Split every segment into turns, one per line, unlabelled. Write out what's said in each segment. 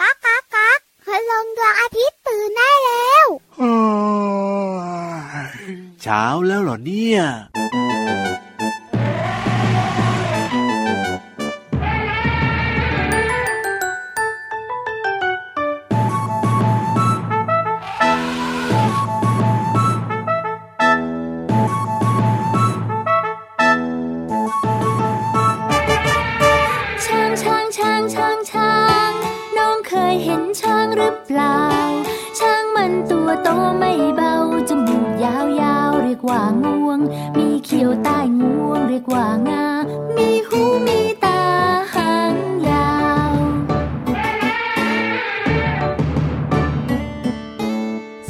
ก๊ากก๊ากก๊ากพลงดวงอาทิตย์ตื่นได้แล้ว
เช้าแล้วเหรอเนี่ย
ช้างช้างช้างช้างช้างน้องเคยเห็นช้างหรือเปล่า ช้างมันตัวโตไม่เบาจมูกยาวยาวๆเรียกว่างวง มีเขียวใต้งวงเรียกว่างา มีหูมีตาหางยาว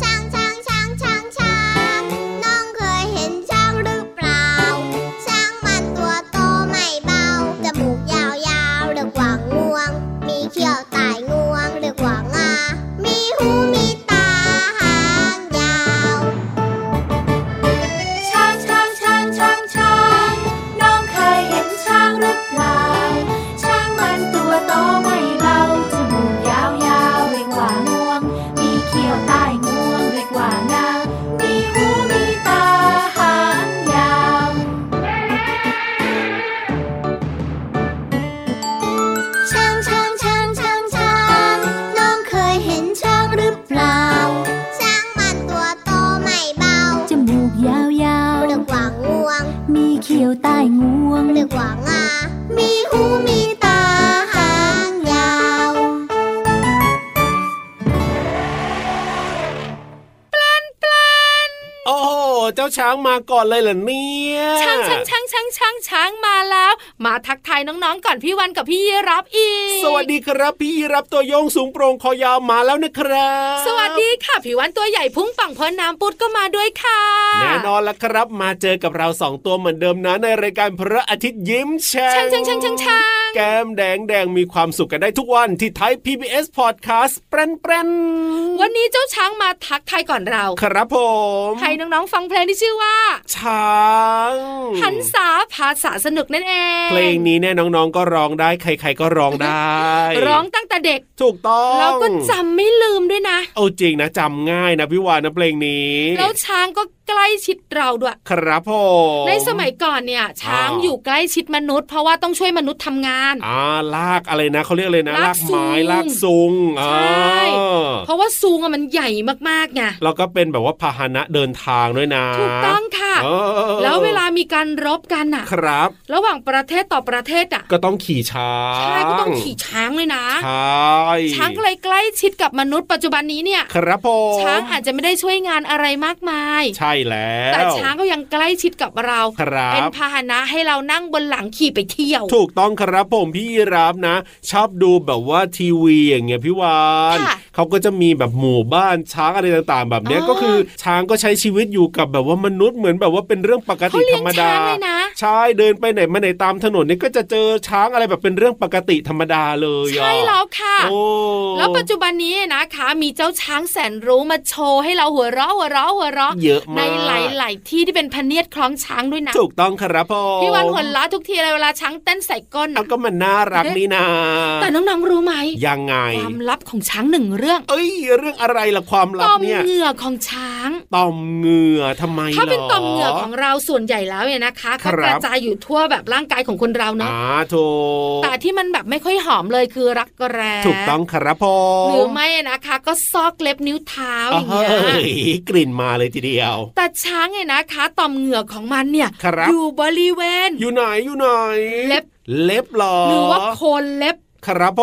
ช้างช้างช้างช้างช้างน้องเคยเห็นช้างหรือเปล่า ช้างมันตัวโตไม่เบาจมูกยาวยาวๆเรียกว่างวง มีเขี้ยวใตายงวงเรียกว่างา มีหูมีตาหางยาว
ช้างช้างช้างช้างช้างน้องเคยเห็นช้างหรือเปล่า ช้างมันตัวโตไม่เบาจมูกยาวยาวๆเรียกว่างวง มีเขียวใต้งวงเรียกว่างา มีหูมีตาหางยาว ช้างช้างช้างช้างช้างน้องเคยเห็นช้างหรือเปล่า
ช้างมันตัวโตไม่เบา
จมูกยาวยาว
เรียกว่างวง
ๆมีเขียวใต้งวง
เรียกว่างา มีหูมีตาหางยาว
โอ้โหเจ้าช้างมาก่อนเลยเหรอเนี่ย
ช้างช้างช้างช้างช้างช้างมาแล้ว มาทักทายน้องๆก่อนพี่วันกับพี่ยีรับอีก
สวัสดีครับพี่รับตัวโยงสูงโปร่งคอยาวมาแล้วนะครับ
สวัสดีค่ะพี่วันตัวใหญ่พุ่งปังพอน้ำปุดก็มาด้วยค่ะ
แน่นอนละครับมาเจอกับเราสองตัวเหมือนเดิมนะในรายการพระอาทิตย์ยิ้มแฉ่
ช้างช้างช้างช้างช้าง
แก้มแดงแดงมีความสุขกันได้ทุกวันที่ไทย PBS Podcast แปรนแปรน
วันนี้เจ้าช้างมาทักทายก่อนเรา
ครับผม
ให้น้องๆฟังเพลงที่ชื่อว่า
ช้าง
หันษาภาษาสนุกนั่นเอง
เพลงนี้เนี่ยน้องๆก็ร้องได้ใคร ๆก็ร้องได้
ร้องตั้งแต่เด็ก
ถูกต้อง
แล้วก็จำไม่ลืมด้วยนะ
เอาจริงนะจำง่ายนะพี่วานนะเพลงนี้
แล้วช้างก็ใกล้ชิดเราด้วย
ครับผม
ในสมัยก่อนเนี่ย ช้าง
อ่า
อยู่ใกล้ชิดมนุษย์ เพราะว่าต้องช่วยมนุษย์ทำงาน
อ่าลากอะไรนะเขาเรียกเลยนะ
ลา
ลาก ก
ซุง
ไม้ลากซุง
ใช่
อ่า
เพราะว่าซูงอะมันใหญ่มากๆไง
แล้วก็เป็นแบบว่าพาหนะเดินทางด้วยนะ
ถูกต้องค่ะ
เออ
แล้วเวลามีการรบกันอะ
ครับ
ระหว่างประเทศต่อประเทศอะ
ก็ต้องขี่ช้าง
ใช่ก็ต้องขี่ช้างเลยนะ
ใช่
ช้างก็เลยใกล้ชิดกับมนุษย์ปัจจุบันนี้เนี่ย
ครับผม
ช้างอาจจะไม่ได้ช่วยงานอะไรมากมาย
ใช่แล้ว
แต่ช้างก็ยังใกล้ชิดกับเรา
ครับ
เป็นพาหนะให้เรานั่งบนหลังขี่ไปเที่ยว
ถูกต้องครับผมพี่ยีรับนะ ชอบดูแบบว่าทีวีอย่างเงี้ยพี่วาน
ค่ะ
เขาก็จะมีแบบหมู่บ้านช้างอะไรต่างๆ แบบเนี้ย
อ๋อ
ก็คือช้างก็ใช้ชีวิตอยู่กับแบบว่ามนุษย์เหมือนแบบว่าเป็นเรื่องปกติ
เขาเลี้
ธร
ย
ง รมดา
ช้างเลยนะ
ใช่เดินไปไหนมาไหนตามถนนเนี่ยก็จะเจอช้างอะไรแบบเป็นเรื่องปกติธรรมดาเลย
ใช่แล้วค่ะ
โอ้
แล้วปัจจุบันนี้นะคะ มีเจ้าช้างแสนรู้มาโชว์ให้เราหัวเราะหัวเราะหัวเราะ
เยอะ
ใน
มาก
หลาย ๆ ที่ที่เป็นพะเนียดคล้องช้างด้วยนะ
ถูกต้องครับผม
พี่วันหัวเราะทุกทีเลยเวลาช้างเต้นใส่ก้น
เอา
น่ะ
ก็มันน่ารักนี่นะ
แต่น้องๆรู้ไหม
ยังไง
ความลับของช้างหนึ่งเรื่อง
เอ้ยเรื่องอะไรล่ะความลั
ต่
บ
อม
เนี่ย
เหงื่อของช้าง
ต่อมเหงื่อทำไม
ถ้าเป็น
หร
ต่อมเหงื่อของเราส่วนใหญ่แล้วเนี่ยนะคะ
ครั
ก็
บ
กระจายอยู่ทั่วแบบร่างกายของคนเราเนาะ
อ่าโถ
แต่ที่มันแบบไม่ค่อยหอมเลยคือรักแร้
ถูกต้องครับผ
ห
ม
รือไม่นะคะ ก็ซอกเล็บนิ้วเท้าอย่างเงี้ย
เฮ้ยกลิ่นมาเลยทีเดียว
แต่ช้างเนี่ยนะคะต่อมเหงื่อของมันเนี่ย
ครับ
อยู่บริเวณ
อยู่ไหนอยู่ไหน
เล็บ
เล็บเหรอ
หรือว่าโคนเล็บ
ครับผ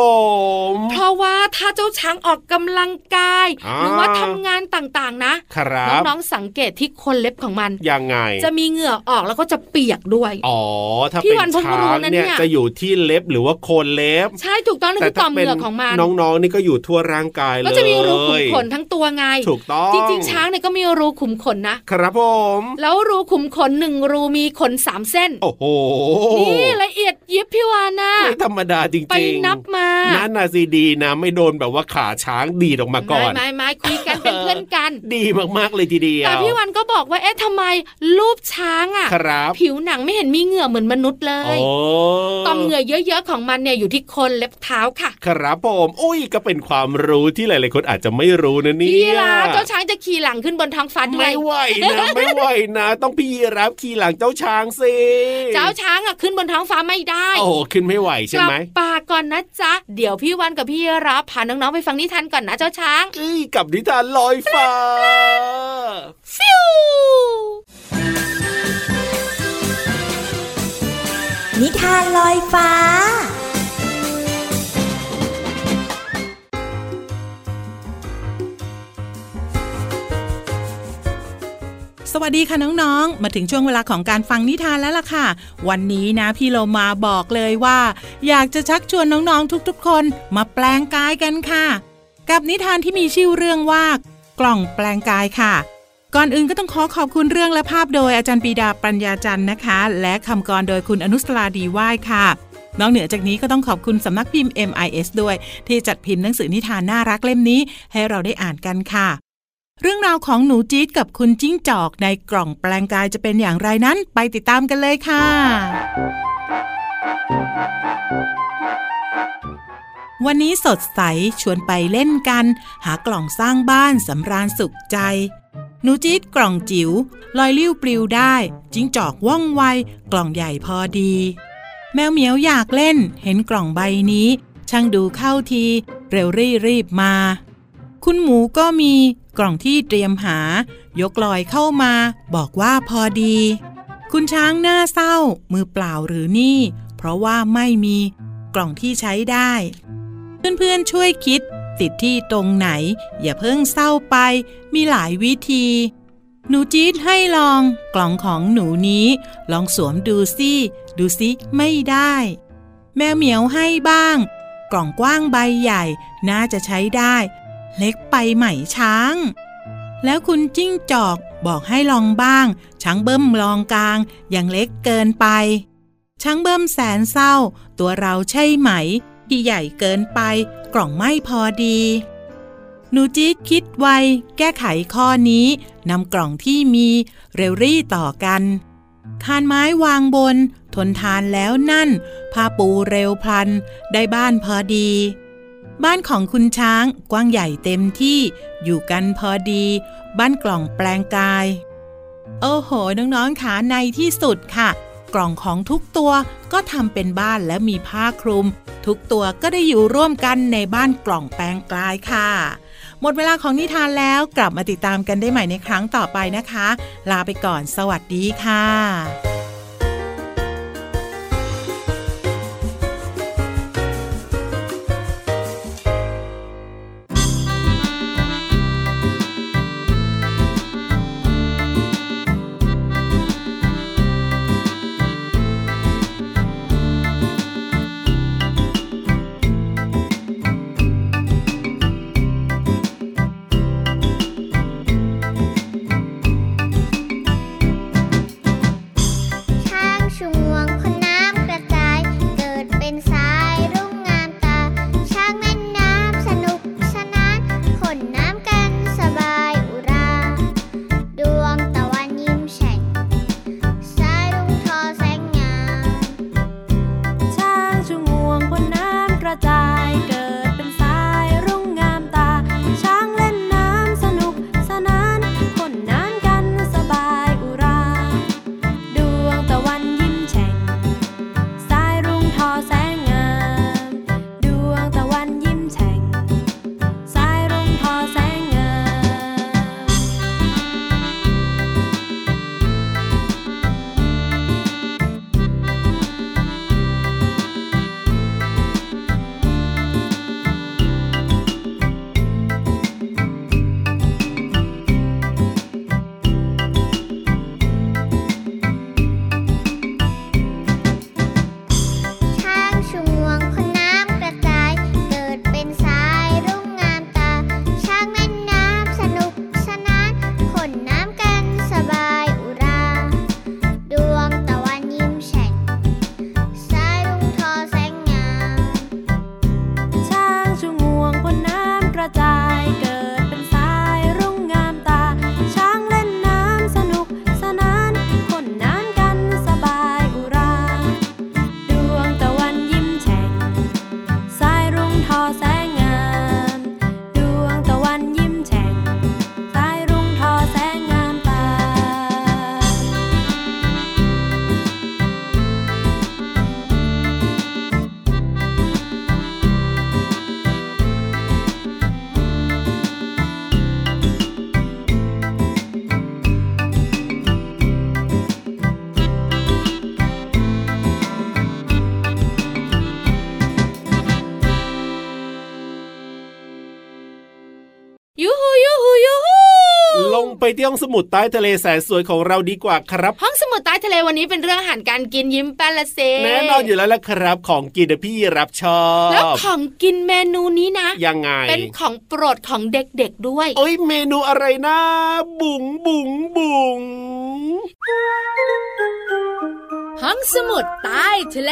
ม
เพราะว่าถ้าเจ้าช้างออกกำลังกาย
า
หรือว่าทำงานต่างๆ นะครับ น้องๆสังเกตที่โคนเล็บของมัน
ยังไง
จะมีเหงื่อออกแล้วก็จะเปียกด้วย
อ๋อถ้า
พี่
เป็น
วันเพิ่งรู้
ช้าง
นะเนี่
เนี่ย ยจะอยู่ที่เล็บหรือว่าโคนเล็บ
ใช่ถูกต้องนั่นคือต่อมเหงื่อของมัน
น้องๆนี่ก็อยู่ทั่วร่างกายเลย
ก็จะมีรูขุมขนทั้งตัวไง
ถูกต้อง
จริงๆ ช้างเนี่ยก็มีรูขุมขนนะครับ
ผม
แล้วรูขุมขนหนึ่งรูมีขนสามเส้น
โอ้โห
นี่ละเอียดยิบพี่วานะ
ไม่ธรรมดาจริงๆ
ไปนับมา
นั่นนะซีดีนะไม่โดนแบบว่าขาช้างดีดออกมาก่อน
ไม่ไม่ไม่คุยกันเป็นเพื่อน กัน
ดีมากๆเลยทีเดียว
แต่พี่วันก็บอกว่าเอ๊ะทำไมรูปช้างอ่ะ
ครับ
ผิวหนังไม่เห็นมีเหงื่อเหมือนมนุษย์เล
โอ้
ยต่อมเหงื่อเยอะๆของมันเนี่ยอยู่ที่โคนเล็บเท้าค่ะ
ครับผมอุ้ยก็เป็นความรู้ที่หลาย ๆ คนอาจจะไม่รู้นะเนี่ย
พี่ราฟเจ้าช้างจะขี่หลังขึ้นบนท้องฟ้าทำไม
ไม่ไหวนะ ไม่ไหวนะ ต้องพี่ยีรับขี่หลังเจ้าช้างสิ
เจ้าช้างอ่ะขึ้นบนท้องฟ้าไม่ได้
โอ้ขึ้นไม่ไหวใช่
กลั
ไหม
ป่าก่อนนะจ๊ะเดี๋ยวพี่วันกับพี่รับพาน้องๆไปฟังนิทานก่อนนะเจ้าช้าง
เอ้ยกับนิทานลอยฟ้า
ฟิว
นิทานลอยฟ้า
สวัสดีค่ะน้องๆ มาถึงช่วงเวลาของการฟังนิทานแล้วล่ะค่ะ วันนี้นะพี่เรามาบอกเลยว่า อยากจะชักชวนน้องๆทุกๆ คนมาแปลงกายกันค่ะ กับนิทานที่มีชื่อเรื่องว่า กล่องแปลงกายค่ะ ก่อนอื่นก็ต้องขอขอบคุณเรื่องและภาพโดยอาจารย์ปรีดาปัญญาจันทร์นะคะ และคำกรโดยคุณอนุสราดีไหว้ค่ะ นอกเหนือจากนี้ก็ต้องขอบคุณสำนักพิมพ์ MIS ด้วย ที่จัดพิมพ์หนังสือนิทานน่ารักเล่มนี้ ให้เราได้อ่านกันค่ะ เรื่องราวของหนูจี๊ดกับคุณจิ้งจอกในกล่องแปลงกายจะเป็นอย่างไรนั้น ไปติดตามกันเลยค่ะ วันนี้สดใสชวนไปเล่นกัน หากล่องสร้างบ้านสำราญสุขใจ หนูจี๊ดกล่องจิ๋วลอยลิ้วปลิวได้ จิ้งจอกว่องไว กล่องใหญ่พอดี แมวเหมียวอยากเล่น เห็นกล่องใบนี้ ช่างดูเข้าที เร็วรีรีบมา คุณหมูก็มีกล่องที่เตรียมหา ยกลอยเข้ามา บอกว่าพอดี คุณช้างหน้าเศร้า มือเปล่าหรือนี่ เพราะว่าไม่มี กล่องที่ใช้ได้ เพื่อนๆช่วยคิด ติดที่ตรงไหน อย่าเพิ่งเศร้าไป มีหลายวิธี หนูจี๊ดให้ลอง กล่องของหนูนี้ ลองสวมดูสิดูสิไม่ได้ แมวเหมียวให้บ้าง กล่องกว้างใบใหญ่ น่าจะใช้ได้ เล็กไปไหมช้าง แล้วคุณจิ้งจอกบอกให้ลองบ้าง ช้างเบิ้มลองกลางยังเล็กเกินไป ช้างเบิ้มแสนเศร้า ตัวเราใช่ไหม ที่ใหญ่เกินไป กล่องไม่พอดี หนูจี๊ดคิดไว แก้ไขข้อนี้นำกล่องที่มี เรวรี่ต่อกัน คานไม้วางบน ทนทานแล้วนั่นผ้าปูเร็วพลัน ได้บ้านพอดี บ้านของคุณช้างกว้างใหญ่เต็มที่อยู่กันพอดี บ้านกล่องแปลงกาย โอ้โห น้องๆขาในที่สุดค่ะ กล่องของทุกตัวก็ทำเป็นบ้านและมีผ้าคลุม ทุกตัวก็ได้อยู่ร่วมกันในบ้านกล่องแปลงกายค่ะ หมดเวลาของนิทานแล้วกลับมาติดตามกันได้ใหม่ในครั้งต่อไปนะคะ ลาไปก่อนสวัสดีค่ะ
ช้างชวงคนน้ำกระจาย เกิดเป็นสายรุ่งงามตา ช้างแม่น้ำสนุกสนานขนน้ำกันสบายอุรา ดวงตะวันยิ้มแฉ่ง สายรุ่งทอแสงงาม
ช้างชูงวงบนน้ำกระจาย เกิดเป็นสายรุ่งงามตา ช้างเล่นน้ำสนุกสนานคนน้ำกันสบายอุรา ดวงตะวันยิ้มแฉ่ง สายรุ่งทอแสงงาม
ไปที่ห้องสมุดใต้ทะเลแสนสวยของเราดีกว่าครับ
ห้องสมุดใต้ทะเลวันนี้เป็นเรื่องอาหารการกินยิ้มแป้นละเซ
แน่นอนอยู่แล้วละครับ ของกินนะพี่รับชอ
แล้ว
บ
ของกินเมนูนี้นะ
ยังไง
เป็นของโปรดของเด็กๆด้วย
โอ้ยเมนูอะไรนะ บุ๋งบุ๋งบุ๋ง
ห้องสมุดใต้ทะเล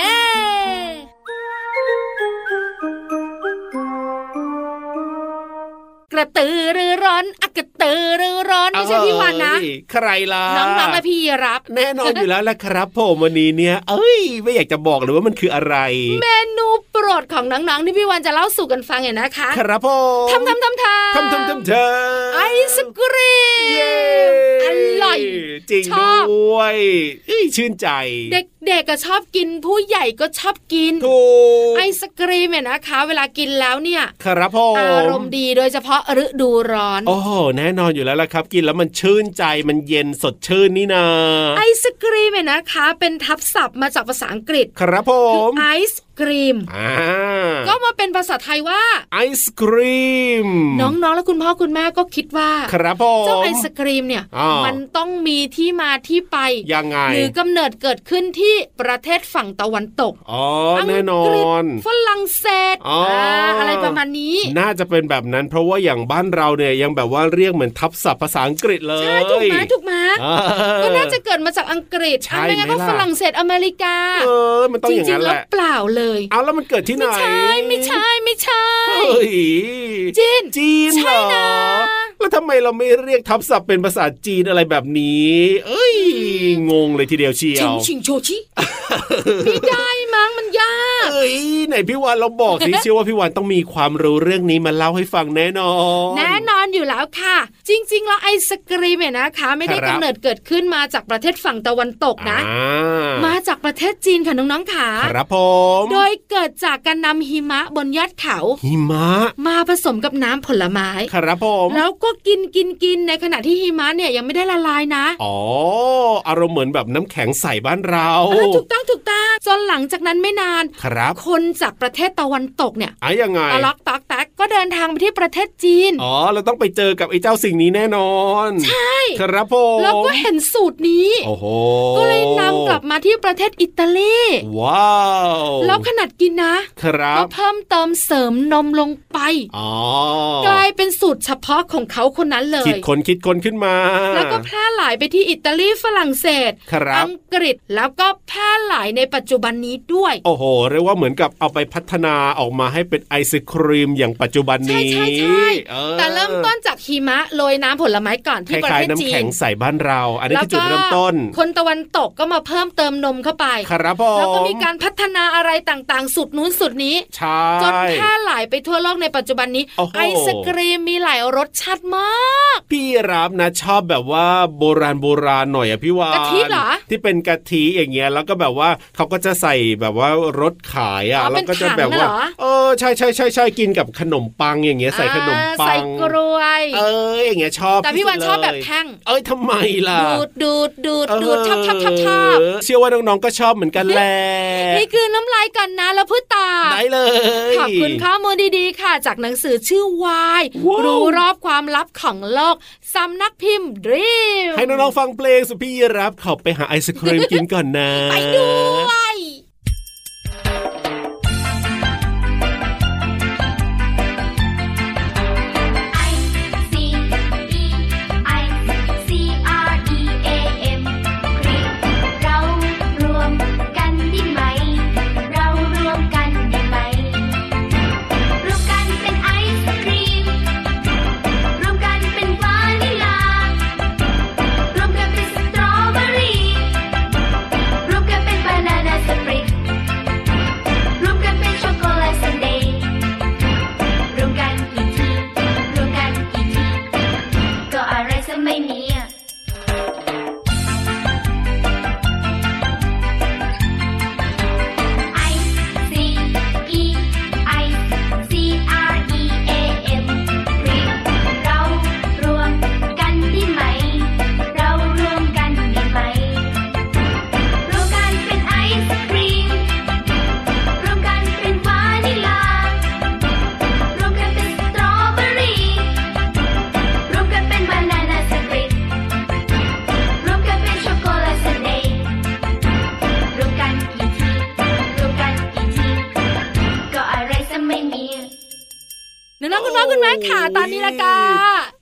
กระตือรือร้อนอะกระตือรือร้อนไม่ใช่พี่วานนะ
เอ้ยใครล่ะ
น้องๆและพี่รับ
แน่นอนอยู่แล้วละครับผมวันนี้เนี่ย เอ้ย ไม่อยากจะบอกเลยว่ามันคืออะไร
เมนูโปรดของน้องๆที่พี่วานจะเล่าสู่กันฟังเนี่ยนะคะ
ครับผม
ทำทำทำ
ทำ
ทำ
ทำทำเธอ
ไอศกรี
เย้
มอร่อย
จริง
ชอบ
ด้วยเอ้ยชื่นใจ
เด็กๆก็ชอบกินผู้ใหญ่ก็ชอบกิน
ถูก
ไอศกรีมเนี่ยนะคะ เวลากินแล้วเนี่ย
ครับผม
อารมณ์ดีโดยเฉพาะฤดูร้อน
โอ้โหแน่นอนอยู่แล้วล่ะครับ กินแล้วมันชื่นใจมันเย็นสดชื่นนี่นะ
ไอศกรีมเนี่ยนะคะ เป็นทับศัพท์มาจากภาษาอังกฤษ
ครับผ
คือ
ม
ไอศกรีม
อ่า
ก็มาเป็นภาษาไทยว่า
ไอศครีม
น้องๆ และคุณพ่อคุณแม่ก็คิดว่า
ครับผม
เจ้าไอศกรีมเนี่ย
อ้าว
มันต้องมีที่มาที่ไป
ยังไง
หรือกำเนิดเกิดขึ้นที่ประเทศฝั่งตะวันตก
อ๋อ
อังกฤษ
แน่นอน
ฝรั่งเศส
อ๋ออ่
าอะไรประมาณนี้
น่าจะเป็นแบบนั้น เพราะว่าอย่างบ้านเราเนี่ยยังแบบว่าเรียกเหมือนทับศัพท์ภาษาอังกฤษเลย
ใช่ถูกไหมถูกไหม
เออ
ก็น่าจะเกิดมาจากอังกฤษ
ใช่
อ่ะไม่งั้น
ไหม
ก็
ล่ะ
ฝรั่งเศสอเมริกา
เออมันต้อง
จ
อย่าง
ริง
นั้น
ๆ
แห
แล้ว
ละ
เปล่าเลย
เอาแล้วมันเกิดที่ไหน
ไม่ใช่ไม่ใช่ไม่ใช่
เฮ้ย
จีน
จีน
ใช่
เหรอ
นะ
แล้วทำไมเราไม่เรียกทับศัพท์เป็นภาษาจีนอะไรแบบนี้ เอ้ยงงเลยทีเดียวเชีย
ชิง
ว
ชิงโชชิ ไม่ได้มั้งมันยาก
เอ้ยไหนพี่วานเราบอก สิ เชื่อว่าพี่วานต้องมีความรู้เรื่องนี้มาเล่าให้ฟังแน่นอน
แน่นอนอยู่แล้วค่ะ จริง ๆ แล้วไอศกรีมเนี่ยนะคะ ไม่ได้
ครั
กำ
บ
เนิดเกิดขึ้นมาจากประเทศฝั่งตะวันตกนะ
อ่
มาจากประเทศจีนค่ะน้องๆขา
ครับผม
โดยเกิดจากการนำหิมะบนยอดเขา
หิมะ
มาผสมกับน้ำผลไม้
ครับผม
แล้วก็กินกินกินในขณะที่หิมะเนี่ยยังไม่ได้ละลายนะ
อ๋อ อารมณ์เหมือนแบบน้ำแข็งใสบ้านเรา
เออถูกต้องถูกต้องจนหลังจากนั้นไม่นาน
ครับ
คนจากประเทศตะวันตกเนี่ย
อ่ะยังไง
ตะล็อกตอกแตกก็เดินทางไปที่ประเทศจีน
อ๋อ เราต้องไปเจอกับไอ้เจ้าสิ่งนี้แน่นอน ใช่ ครับผม
แล้วก็เห็นสูตรนี้
โอ้โห
ก็เลยนำกลับมาที่ประเทศอิตาลี
ว้าว
แล้วขนาดกินนะ
ครั
ก็
บ
เพิ่มเติมเสริมนมลงไป
อ๋อก
ลายเป็นสูตรเฉพาะของเขาคนนั้นเล
คิ
ย
ดคนคิดคนขึ้นมา
แล้วก็แพร่หลายไปที่อิตาลีฝรั่งเศส
ครับ
อังกฤษแล้วก็แพร่หลายในปัจจุบันนี้ด้วย
โอ้โห เรียกว่าเหมือนกับเอาไปพัฒนาออกมาให้เป็นไอศครีมอย่างปัจจุบัน
ใช่
นี้
ใช่ใช่
ออ
แต่เริ่มต้นจากหิมะโรยน้ำผลไม้ก่อน
ค
ที่ประ
ล้าย
เทศ
ๆน้ำ
จี
แข็
น
งใสบ้านเรา อันนี้
แล้ว
คือจุด
ก็
เริ่มต้น
คนตะวันตกก็มาเพิ่มเติมนมเข้าไป
ครับผม
แล้วก็มีการพัฒนาอะไรต่างๆ สุดนู้นสุดนี้
ใช่
จนแพร่หลายไปทั่วโลกในปัจจุบันนี้
โอ้โห
ไอศกรีมมีหลายรสชาติมาก
พี่รับนะชอบแบบว่าโบราณโบราณหน่อยอะพี่วาน
กะทิเหรอ
ที่เป็นกะทิอย่างเงี้ยแล้วก็แบบว่าเขาก็จะใส่แบบว่ารสขายอะ
อ๋อ
แล้วก็จะแบบว่า
เป็นถังน่ะเหรอ
เออใช่ใช่ใช่ใช่กินกับขนมปังอย่างเงี้ยใส่ขนม
อ่า
ปั
ใส่
ง
กรวย
เอออย่างเงี้ยชอบ
แต่พี่วัน
ที่
ช
สุ
อบ
ด
แบบ
เลย
แท่ง
เอ้ยทำไมล่ะ
ดูดดูดดูดดูดชอบชอบชอบชอบ
เเชื่อว่าน้องๆก็ชอบเหมือนกันแหละ
นี่คือน้ำลายก่อนนะแล้วพูดตาม
ได้เลย
ขอบคุณข้อมูลดีๆ ค่ะ จากหนังสือชื่อวายรู้รอบความลับของโลกสำนักพิมพ์ดรีม
ให้น้องๆฟังเพลงสุพี่รับขอบไปหาไอศครีมกินก่อนนะ
ไปด้วย
รวมกันเป็นบานานาส
น้องๆคุณพ่อคุณแม่ค่ะตอนนี้ละกา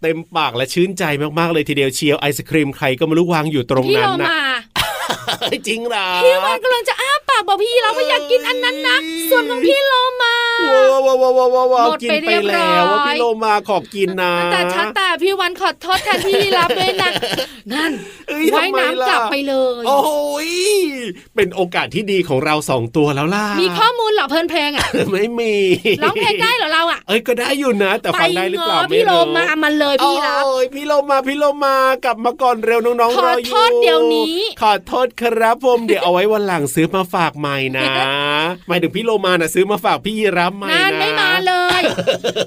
เต็มปากและชื่นใจมากๆเลยทีเดียวเชียวไอศครีมใครก็ไม่รู้วางอยู่ตรง
พี่
นั้น
เรา
นะ
มา
เฮ้ยจริงเหรอ
พี่วันกำลังจะอ้าปากบอกพี่เราว่าอยากกินอันนั้นนะ ส่วนของพี่โลมา
ว้าวว้าวว้าวว้าวว้าวว้าว
หมด
กิน
ไป
ไป
เรียบร้อย
แล้วว่าพี่โลมาขอกินนะ
แต่ชัดแต่พี่วันขอโทษแทนพี่รับด้วยนะนั่น
เอ้ย
ว่าย
ทำไม
น้ำกลับไปเลย
โอ้ยเป็นโอกาสที่ดีของเราสองตัวแล้วล่ะ
มีข้อมูลเหรอเพลินเพลงอ่ะ
ไม่มี
ร้องเพลงได้เหรอเราอ่ะ
เอ้ยก็ได้อยู่นะ แต่
ไป
ฟังได้หรือเป
ง้อ
ล่าไม่
พี่โล
รู้
มามันเลยพี่รับ
โอ้ยพี่โลมาพี่โลมากลับมาก่อนเร็วน้องๆรออยู่
ขอโทษเดี๋ยวนี้
ขอโทษครับผมเดี๋ยวเอาไว้วันหลังซื้อมาฝากใหม่ นะหมายถึงพี่โลมาน่ะซื้อมาฝากพี่ยีรับใหม่นะ
นานไม่มาเลย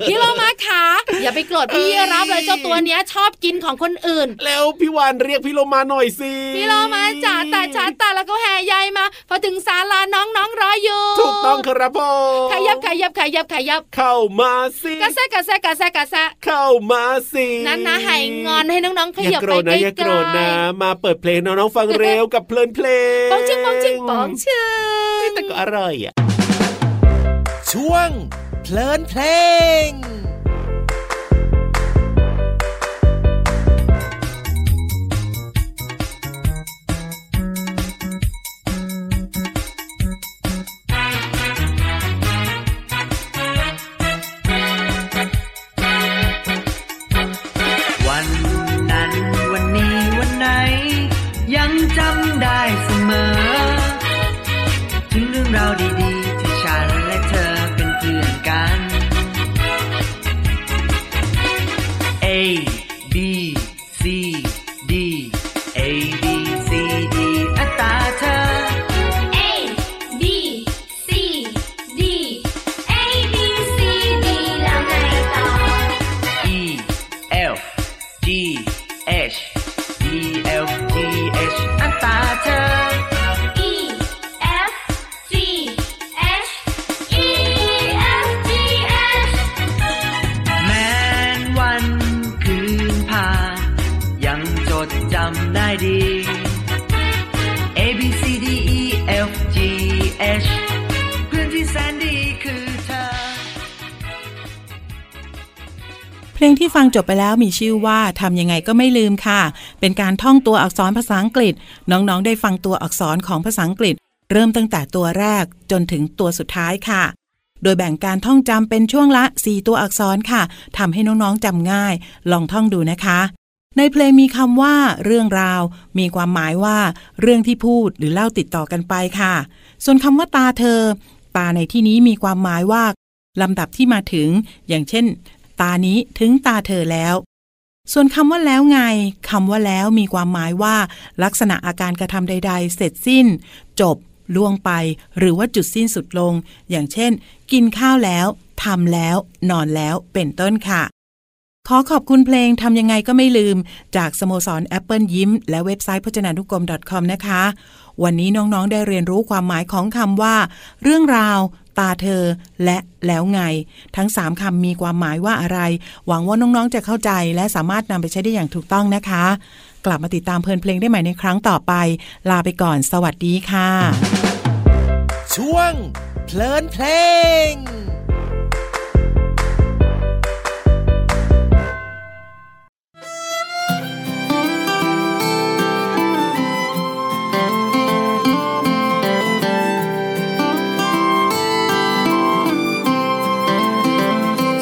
พี่โลมาขาอย่าไปโกรธพี่รับเลยเจ้าตัวเนี้ยชอบกินของคนอื่น
แล้วพี่วานเรียกพี่โลมาหน่อยสิ
พี่โลมาจ๋าแต่จ๋าแต่แล้วก็แห่ใยายมา พอถึงศาลาน้องๆรออยู่
ถูกต้องครับผม
ขยับขยับขยับขยับ
เข้ามาสิ
กระแซะกระแซะกระแซะกระแซะ
เข้ามาสิ
นั่นนะใหายงอนให้น้องๆข
อย่า
ยับ
โกรธนะ
ไปใกล้
อย่าโกรธนะ มาเปิดเพลงน้องๆฟังเร็วกับเพลินเพลง
ๆปองชิงปองชิงปองชิง
แต่ก็อร่อยอ่ะ
ช่วง เพลินเพลง
วันนั้นวันนี้วันไหน ยังจำได้เสมอ ถึงเรื่องราวดีๆ ที่ฉันและเธอเป็นเพื่อนกัน A B C D A B C D อัตราเธอ
A B C D A B C D แล้วไงต่อ
E F G H E F G H อัตราเธอ
E F G H E F G H
แม้นวันคืนผ่านยังจดจำได้ดี A B C D E F G H เพื่อนที่แสนดีคือเธอ
เพลงที่ฟังจบไปแล้วมีชื่อว่าทำยังไงก็ไม่ลืมค่ะ เป็นการท่องตัวอักษรภาษาอังกฤษ น้องๆ ได้ฟังตัวอักษรของภาษาอังกฤษ เริ่มตั้งแต่ตัวแรกจนถึงตัวสุดท้ายค่ะ โดยแบ่งการท่องจำเป็นช่วงละ 4 ตัวอักษรค่ะทำให้น้องๆจำง่าย ลองท่องดูนะคะ ในเพลงมีคำว่า เรื่องราว มีความหมายว่า เรื่องที่พูดหรือเล่าติดต่อกันไปค่ะ ส่วนคำว่าตาเธอ ตาในที่นี้มีความหมายว่า ลำดับที่มาถึง อย่างเช่น ตานี้ถึงตาเธอแล้ว ส่วนคำว่าแล้วไงคำว่าแล้วมีความหมายว่า ลักษณะอาการกระทำใด ๆ เสร็จสิ้น จบ ล่วงไป หรือว่าจุดสิ้นสุดลง อย่างเช่น กินข้าวแล้วทำแล้ว นอนแล้วเป็นต้นค่ะ ขอขอบคุณเพลงทำยังไงก็ไม่ลืม จากสโมสร Apple ยิ้ม และเว็บไซต์พจนานุกรม .com นะคะ วันนี้น้องๆได้เรียนรู้ความหมายของคำว่า เรื่องราว ตาเธอ และแล้วไง ทั้ง 3คำมีความหมายว่าอะไร หวังว่าน้องๆจะเข้าใจ และสามารถนำไปใช้ได้อย่างถูกต้องนะคะ กลับมาติดตามเพลินเพลงได้ใหม่ในครั้งต่อไป ลาไปก่อน สวัสดีค่ะ
ช่วง เพลินเพลง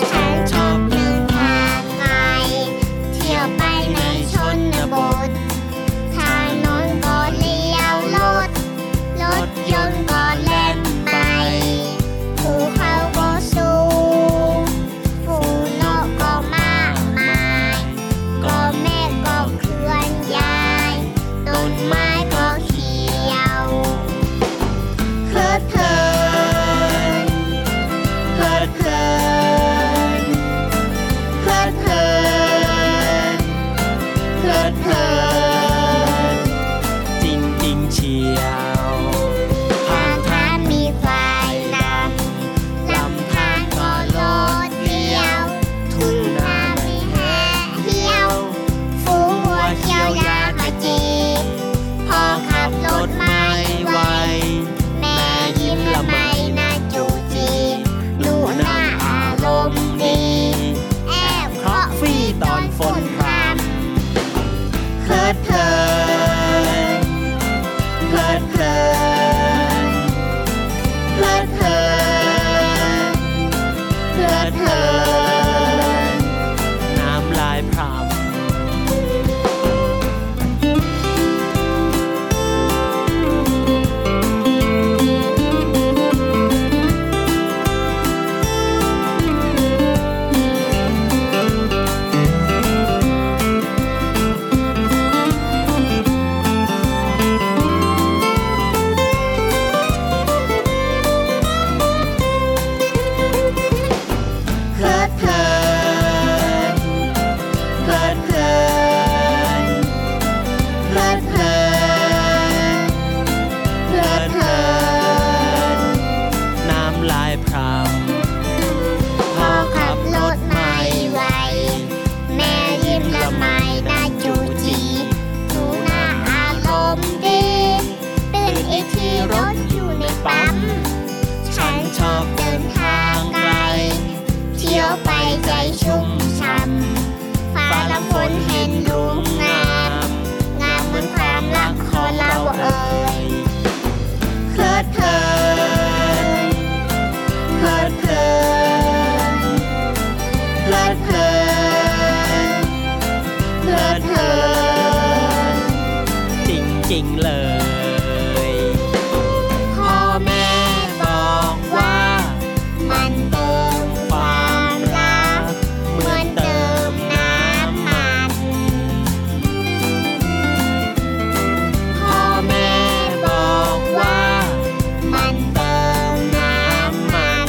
เขาชอบเดินทางไกล เที่ยวไปในชนบทถนนก็เลี้ยวรถ รถยนต์ก็เล่นไปภูเขา ดเพลินเพลิดเพลินเพลิดเพลิน
จริง ๆ เลย
พ่อแม่บอกว่า มันเติมความรักเหมือนเติมน้ำมันพ่อแม่บอกว่า มันเติมน้ำมัน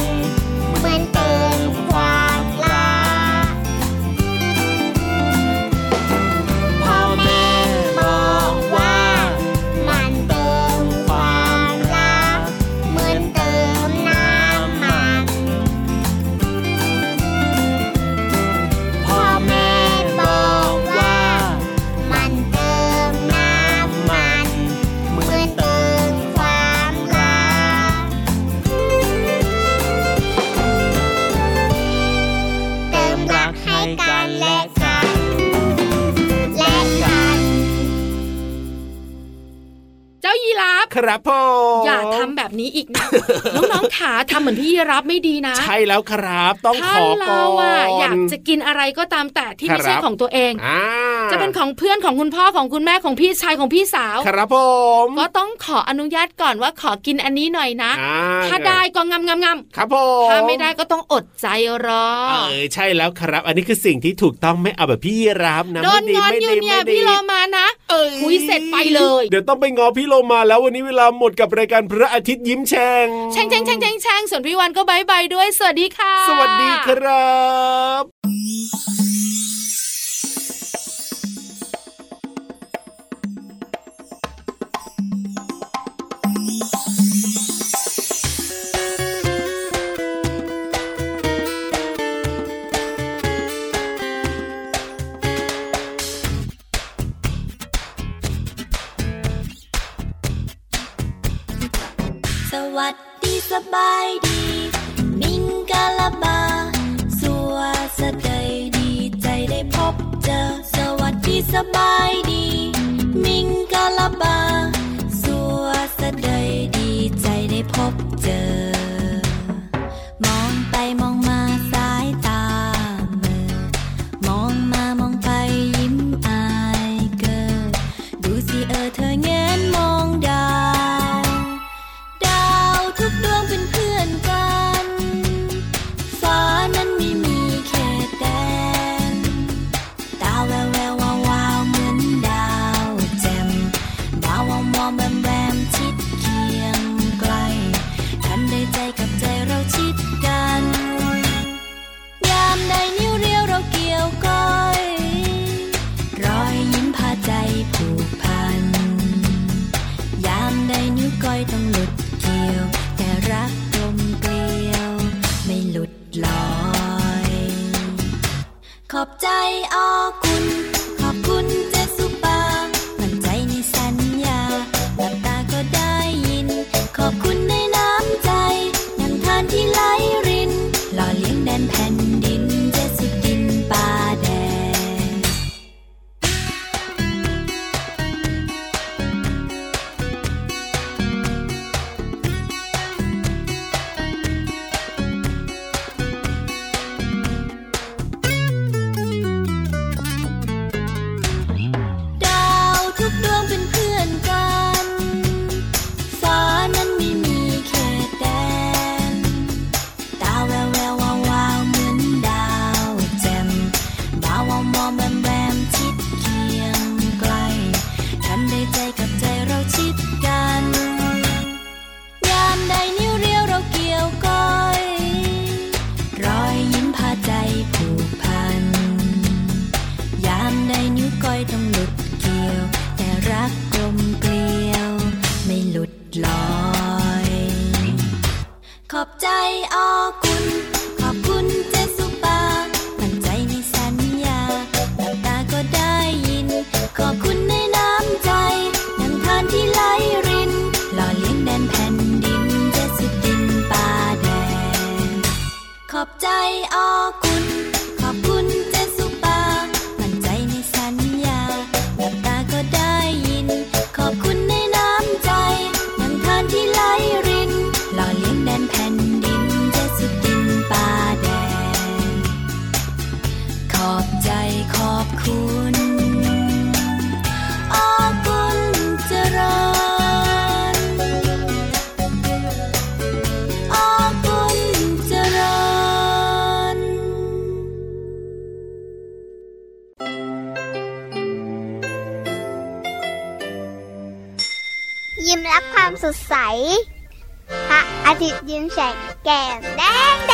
เหมือนเติมความรักพ่อแม่บอกว่า มันเติมความรักเหมือนเติมน้ำมันพ่อแม่บอกว่า มันเติมน้ำมันเหมือนเติมความรักเติมรักให้กันและกัน และกัน
เจ้ายีราฟ
ครับพ่อ
อย่าทำแบบนี้อีกนะ น้องๆขาทำเหมือนพี่ยีราฟไม่ดีนะ
ใช่แล้วครับ ต้อง
ถ้า
ขอก่อ
เราอะ
น
อยากจะกินอะไรก็ตามแต่ที่ไม่ใช่
ครับ
ของตัวเอง
อ่า
จะเป็นของเพื่อนของคุณพ่อของคุณแม่ของพี่ชายของพี่สาว
ครับผม
ก็ต้องขออนุญาตก่อนว่าขอกินอันนี้หน่อยนะ
อ่
ถ้าได้ก็งำงำง
ครับผม
ำถ้าไม่ได้ก็ต้องอดใจรอ
เออใช่แล้วครับ อันนี้คือสิ่งที่ถูกต้องไม่เอาแบบพี่ยีรับนะ
โดน
ไม่
งอน
ไม่
อยู่เนี่ย
ไม่
พี่โลมานะ
เอ้ย
คุยเสร็จไปเลย
เดี๋ยวต้องไปงอพี่โลมาแล้ววันนี้เวลาหมดกับรายการพระอาทิตย์ยิ้มแฉ่ง
แช่งแช่งแช่งแช่งแช่งส่วนพี่วันก็บายบายด้วย สวัสดีค่ะ
สวัสดีครับ
สวัสดีสบายดี มิงกาลาบา สัวสะเดยดีใจได้พบเจอ สวัสดีสบายดี มิงกาลาบา สัวสะเดยดีใจได้พบเจอ มองไปมองมาสายตาเหมือ มองมามองไปยิ้มอายเกิด ดูสิเออเธอเงนมองดาว ดาวทุกดวงเป็นเพื่อนกัน ฟ้านั้นไม่มีเขตแดน ตาแววแวววาววาวเหมือนดาวแจ่มดาววอมวอมแวมแวมชิดเคียงไกล กันได้ใจกับใจเราชิดกัน ยามใดนิ้วเรียวเราเกี่ยวก้อย รอยยิ้มพาใจผูกพัน ยามใดนิ้วก้อยต้องหลุดเกี่ยว แต่รักกลมเกลียว ไม่หลุดลอย ขอบใจออคุณ ขอบคุณเจสุปา มั่นใจในสัญญาหลับตาก็ได้ยิน ขอบคุณในน้ำใจน้ำทานที่ไหลริน หล่อเลี้ยงแดนแผ่นดิน เจสุดินป่าแดง ดาวทุกดวงเป็นเพื่อนกัน ฟ้านั้นไม่มีเขตแดน ตาแววแวววาววาวเหมือนดาวแจ่มวาววอมวอมแวมแวมชิดเคียงไกล กันได้ใจกับใจเราชิดกัน ยามใดนิ้วเรียวเราเกี่ยวก้อย รอยยิ้มพาใจผูกพัน ยามใดนิ้วก้อยต้องหลุดเกี่ยว แต่รักกลมเกลียว ไม่หลุดลอย ขอบใจออคุณ ขอบคุณเจสุปามั่นใจในสัญญาหลับตาก็ได้ยิน ขอบคุณในน้ำใจน้ำทานที่ไหลริน หล่อเลี้ยงแดนแผ่นดินเจสุดินป่าแดง ขอบใจออคุณ ขอบคุณเจสุปา มั่นใจในสัญญาหลับตาก็ได้ยิน ขอบคุณในน้ำใจน้ำทานที่ไหลริน หล่อเลี้ยงแดนแผ่นดินเจสุดิน
ยิ้มรับความสดใส พระอาทิตย์ยิ้มแฉกแก้มแดงแด